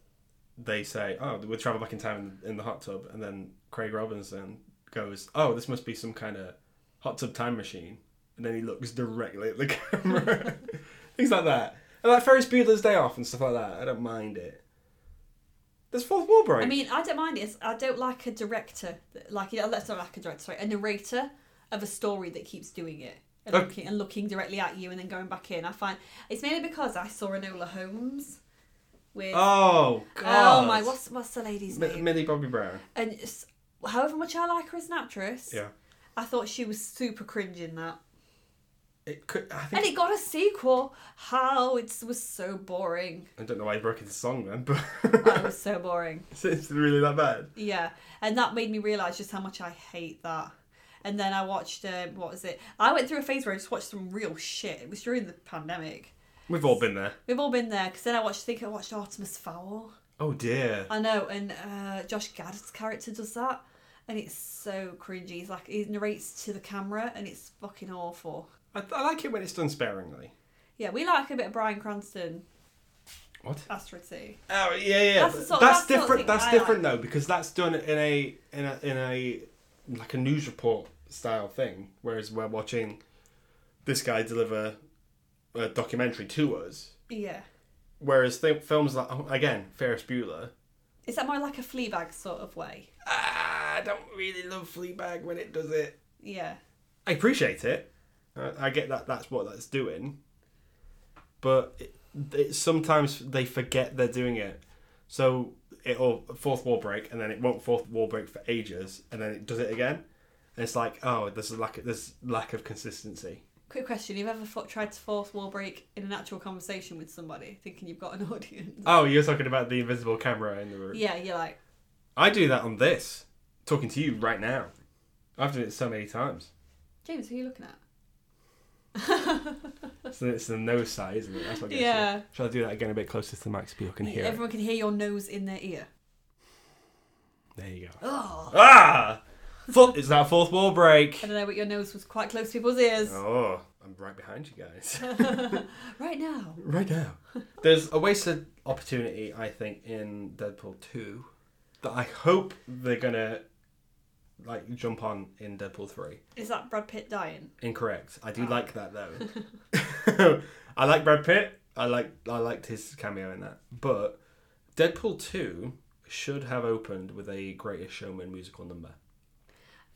they say, "Oh, we travel back in time in the hot tub," and then Craig Robinson goes, "Oh, this must be some kind of hot tub time machine," and then he looks directly at the [laughs] [laughs] camera, things like that, and like Ferris Bueller's Day Off and stuff like that. I don't mind it. There's fourth wall break. I mean, I don't mind it. It's- I don't like a director, that- like you know, that's not like a director, sorry, a narrator of a story that keeps doing it and Oh. looking and looking directly at you and then going back in. I find it's mainly because I saw Enola Holmes with oh god. oh my what's what's the lady's M- name? Millie Bobby Brown. And it's- however much I like her as an actress, Yeah. I thought she was super cringe in that. It could. I think. And it got a sequel. How it was so [laughs] boring. I don't know why he broke into song then, but That was so boring. [laughs] it's really that bad. Yeah, and that made me realise just how much I hate that. And then I watched, uh, what was it? I went through a phase where I just watched some real shit. It was during the pandemic. We've all been there. We've all been there because then I watched, I think I watched Artemis Fowl. Oh dear. I know, and uh, Josh Gad's character does that. And it's so cringy. He's like, he narrates to the camera and it's fucking awful. I, I like it when it's done sparingly. Yeah, we like a bit of Brian Cranston, What? Astro T. Oh yeah, yeah. That's That's, the sort- that's that's the sort of different. thing that's I different though because that's done in a in a in a like a news report style thing, whereas we're watching this guy deliver a documentary to us. Yeah. Whereas th- films like again Ferris Bueller. Is that more like a Fleabag sort of way? Ah, I don't really love Fleabag when it does it. Yeah. I appreciate it. I, I get that that's what that's doing, but it, it, sometimes they forget they're doing it. So it'll fourth wall break, and then it won't fourth wall break for ages, and then it does it again. And it's like, oh, there's a lack, there's lack of consistency. Quick question: You've ever fo- tried to force wall break in an actual conversation with somebody, thinking you've got an [laughs] audience? Oh, you're talking about the invisible camera in the room. Yeah, you're like, I do that on this, talking to you right now. I've done it so many times. James, who are you looking at? So it's the nose side, isn't it? That's what gets you. Yeah. Shall I do that again a bit closer to the mic so people can hear it? Everyone can hear your nose in their ear. There you go. Oh, Ah! Fourth, it's that fourth wall break. I don't know, but your nose was quite close to people's ears Oh, I'm right behind you guys. [laughs] right now. right now. There's a wasted opportunity, I think, in Deadpool 2 that I hope they're gonna like jump on in Deadpool 3. Is that Brad Pitt dying? Incorrect. I do like that though. I like Brad Pitt. I like I liked his cameo in that. But Deadpool 2 should have opened with a greatest showman musical number.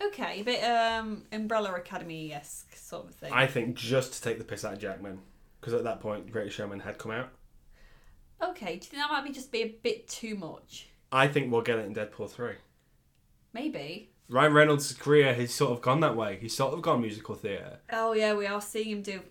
Okay, a bit um, Umbrella Academy esque sort of thing. I think just to take the piss out of Jackman, because at that point, Greatest Showman had come out. Okay, do you think that might be just be a bit too much? I think we'll get it in Deadpool three. Maybe. Ryan Reynolds' career has sort of gone that way. He's sort of gone musical theatre. Oh yeah, we are seeing him do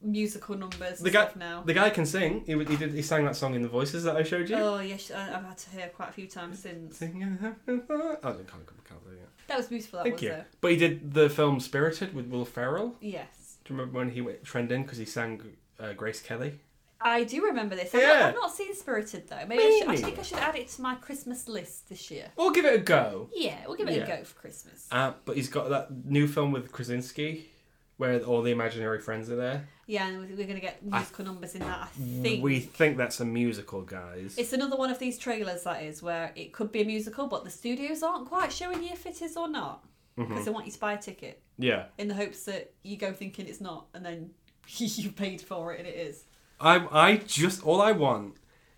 musical numbers and The guy, stuff now. the guy can sing. He, w- he did. He sang that song in the voices that I showed you. Oh yes, I- I've had to hear quite a few times since. Singing- oh, I can't, can't, can't do that. That was beautiful. That Thank was you. though. But he did the film Spirited with Will Ferrell. Yes. Do you remember when he went trending because he sang uh, Grace Kelly? I do remember this. I've, not, Yeah. I've not seen Spirited though. Maybe I, should, I Really? think I should add it to my Christmas list this year. We'll give it a go. Yeah, we'll give it Yeah. a go for Christmas. Uh, but he's got that new film with Krasinski, where all the imaginary friends are there. Yeah, and we're, we're going to get musical numbers in that. I think We think that's a musical, guys. it's another one of these trailers that is where it could be a musical, but the studios aren't quite showing you if it is or not because Mm-hmm. they want you to buy a ticket yeah. in the hopes that you go [laughs] thinking it's not, and then you paid for it and it is. I I just all I want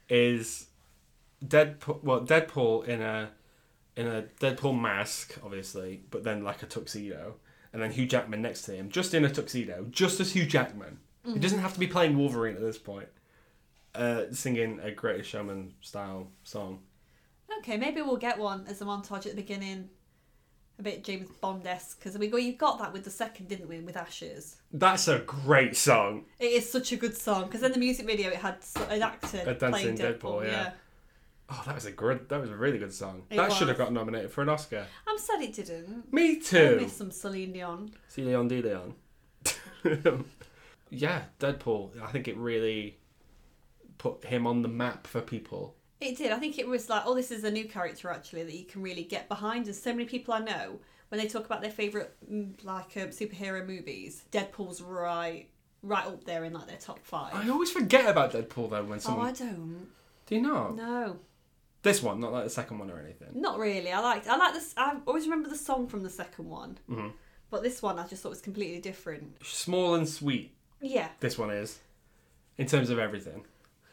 is Deadpool. Well, Deadpool in a in a Deadpool mask, obviously, but then like a tuxedo, and then Hugh Jackman next to him, just in a tuxedo, just as Hugh Jackman. Mm-hmm. He doesn't have to be playing Wolverine at this point. Uh, singing a Greatest Showman style song. Okay, maybe we'll get one as a montage at the beginning, a bit James Bond esque because we go. You got that with the second, didn't we? With Ashes, That's a great song. it is such a good song because in the music video it had so- an actor A playing dancing Deadpool. Deadpool, yeah. yeah. Oh, that was a good. That was a really good song. It that should was. have got nominated for an Oscar. I'm sad it didn't. Me I too. miss some Celine Dion. See Leon D Leon. [laughs] yeah, Deadpool. I think it really put him on the map for people. It did. I think it was like, oh, this is a new character actually that you can really get behind. And so many people I know, when they talk about their favorite mm, like um, superhero movies, Deadpool's right, right up there in like their top five. I always forget about Deadpool though when oh, someone I don't. Do you not? No, This one, not like the second one or anything. not really. I liked. I like this. I always remember the song from the second one, Mhm. but this one I just thought was completely different. Small and sweet. Yeah, This one is, in terms of everything,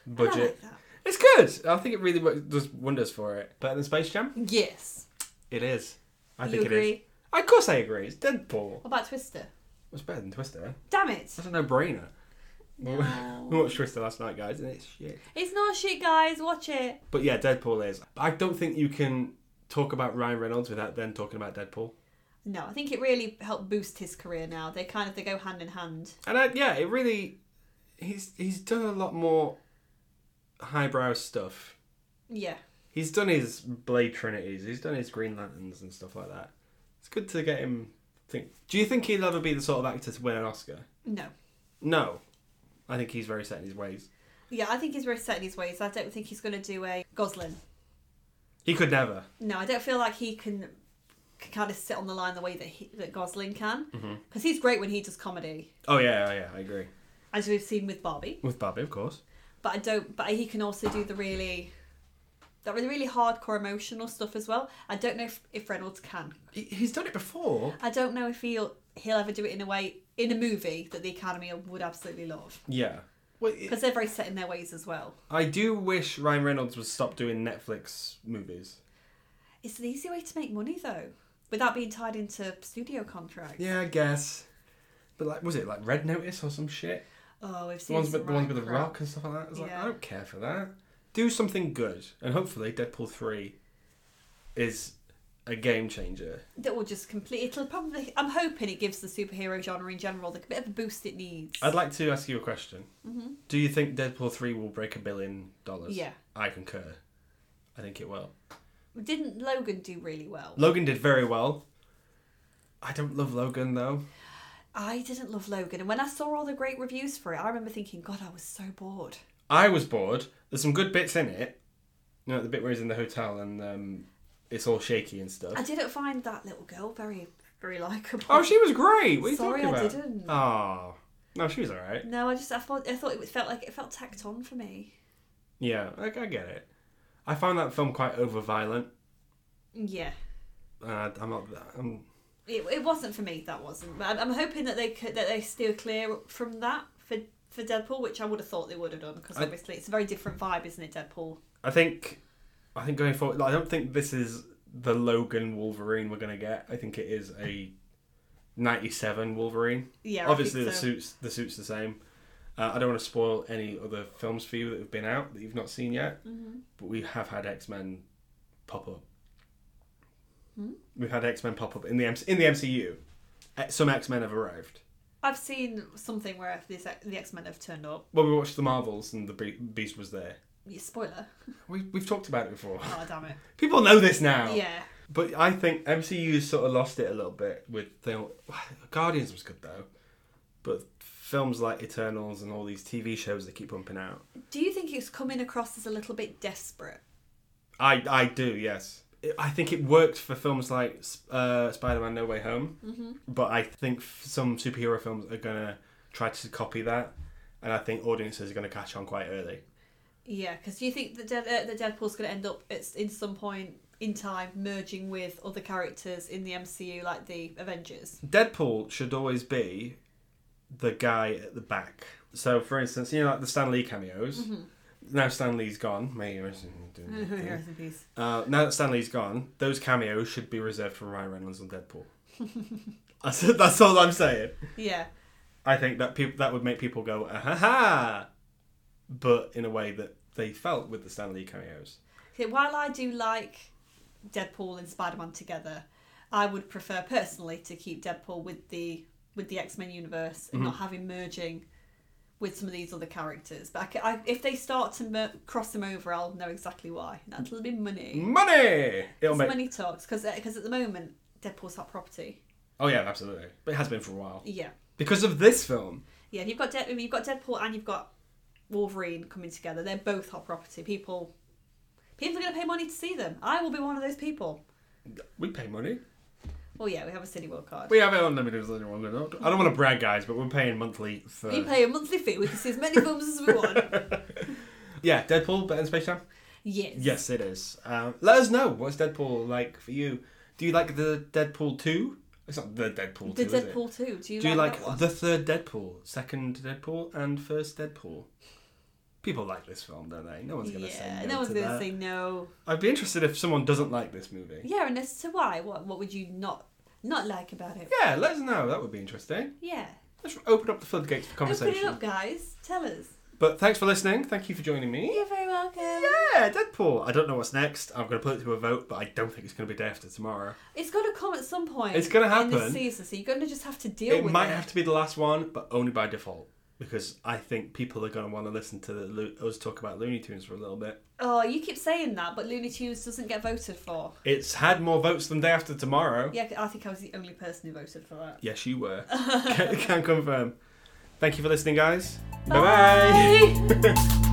I like budget. that. It's good. I think it really wo- does wonders for it. Better than Space Jam. Yes, It is. I You think agree? it is. Of course, I agree. It's Deadpool. What about Twister? It's better than Twister. Damn it! That's a no-brainer. [laughs] We No. watched Twister last night, guys, and it's shit. it's not shit, guys. Watch it. But yeah, Deadpool is. I don't think you can talk about Ryan Reynolds without then talking about Deadpool. No, I think it really helped boost his career. Now they kind of they go hand in hand. And I, yeah, it really. He's he's done a lot more highbrow stuff. Yeah, He's done his Blade Trinities. He's done his Green Lanterns and stuff like that. It's good to get him. Think. Do you think he'll ever be the sort of actor to win an Oscar? no. No, I think he's very set in his ways. Yeah, I think he's very set in his ways. I don't think he's going to do a Goslin. He could never. No, I don't feel like he can, can kind of sit on the line the way that he, that Gosling can. Because he's great when he does comedy, Oh yeah, oh, yeah, I agree. as we've seen with Barbie. With Barbie, of course. But I don't. But he can also do the really, that really really hardcore emotional stuff as well. I don't know if, if Reynolds can. He, he's done it before. I don't know if he'll he'll ever do it in a way in a movie that the Academy would absolutely love. Yeah. Well, Because they're very set in their ways as well. I do wish Ryan Reynolds would stop doing Netflix movies. It's an easy way to make money though, without being tied into studio contracts. Yeah, I guess. But like, was it like Red Notice or some shit? Oh, we've The seen ones some with the ones right with the crap. rock and stuff like that. It's like Yeah. I don't care for that. Do something good, and hopefully Deadpool three is a game changer. That will just complete. It'll probably. I'm hoping it gives the superhero genre in general the bit of a boost it needs. I'd like to ask you a question. Mhm. Do you think Deadpool three will break a billion dollars? Yeah. I concur. I think it will. Didn't Logan do really well? Logan did very well. I don't love Logan though. I didn't love Logan, and when I saw all the great reviews for it, I remember thinking, God, I was so bored. I was bored. There's some good bits in it. You know, the bit where he's in the hotel and um, it's all shaky and stuff. I didn't find that little girl very, very [laughs] likable. Oh, she was great. What are you Sorry, talking I about? didn't. Oh, no, she was all right. no, I just I thought I thought it felt like it felt tacked on for me. Yeah, I, I get it. I found that film quite over violent. Yeah. Uh, I'm not. I'm, it, it wasn't for me. That wasn't. But I'm, I'm hoping that they could, that they steer clear from that for for Deadpool, which I would have thought they would have done because I- obviously it's a very different vibe, isn't it? Deadpool. I think. I think going forward, I don't think this is the Logan Wolverine we're gonna get. I think it is a '97 Wolverine. Yeah. I Obviously, think the so. suits the suits the same. Uh, I don't want to spoil any other films for you that have been out that you've not seen yet. Mhm. but we have had X Men pop up. Hmm? We've had X Men pop up in the M- in the MCU. Eh, Some X Men have arrived. I've seen something where this, the X Men have turned up. Well, we watched the Marvels and the Be- Beast was there. Yeah, spoiler. We we've talked about it before. [laughs] Oh damn it. People know this now. Yeah. But I think MCU's sort of lost it a little bit with film. Guardians was good though, but films like Eternals and all these TV shows they keep pumping out. Do you think it's coming across as a little bit desperate? I I do yes. I think it worked for films like uh, Spider-Man: No Way Home, but I think f- some superhero films are gonna try to copy that, and I think audiences are gonna catch on quite early. Yeah, because do you think that Dead, uh, that Deadpool's going to end up at in some point in time merging with other characters in the MCU like the Avengers? Deadpool should always be the guy at the back. So, for instance, you know, like the Stan Lee cameos. now Stanley's gone. May he rest in Rest in peace. Uh, now that Stanley's gone, those cameos should be reserved for Ryan Reynolds and Deadpool. that's, that's all I'm saying. [laughs] Yeah. I think that peop that would make people go ah, ha ha, but in a way that they felt with the Stanley cameos. Okay, while I do like Deadpool and Spider Man together, I would prefer personally to keep Deadpool with the with the X Men universe and not have him merging with some of these other characters. But I c I if they start to mer- cross them over, I'll know exactly why. That'll be Mm-hmm. money. Money. It'll It's make. money talks because at the moment Deadpool's hot property. Oh yeah, absolutely. But it has been for a while Yeah, because of this film. yeah. If you've got De- if you've got Deadpool and you've got Wolverine coming together, they're both hot property. People, people are going to pay money to see them. I will be one of those people. We pay money. Well, yeah, we have a City World card. We have it unlimited. I don't want to brag, guys, but we're paying monthly for. You pay a monthly fee. We can see [laughs] as many films as we want. Yeah, Deadpool, but in Space Jam. Yes. Yes, it is. Um, let us know what's Deadpool like for you. Do you like the Deadpool two? It's not the Deadpool The two. is it? Deadpool too. Do you Do you like, like that one? the third Deadpool, second Deadpool, and first Deadpool? People like this film, don't they? No one's going to say yeah, no. no one's to gonna that. say no. I'd be interested if someone doesn't like this movie. Yeah, and as to why, what what would you not not like about it? Yeah, let us know. That would be interesting. Yeah. Let's open up the floodgates for Open it conversation. up, guys. Tell us. But thanks for listening. Thank you for joining me. You're very welcome. Yeah, Deadpool. I don't know what's next. I'm going to put it to a vote, but I don't think it's going to be day after tomorrow. It's gonna come at some point. It's gonna in this happen. season, so you're gonna just have to deal It with might it. have to be the last one, but only by default. Because I think people are going to want to listen to the, Lo- us talk about Looney Tunes for a little bit. Oh, you keep saying that, but Looney Tunes doesn't get voted for. It's had more votes than Day After Tomorrow. Yeah, I think I was the only person who voted for that. Yes, you were. [laughs] can, can confirm. Thank you for listening, guys. Bye. Bye bye.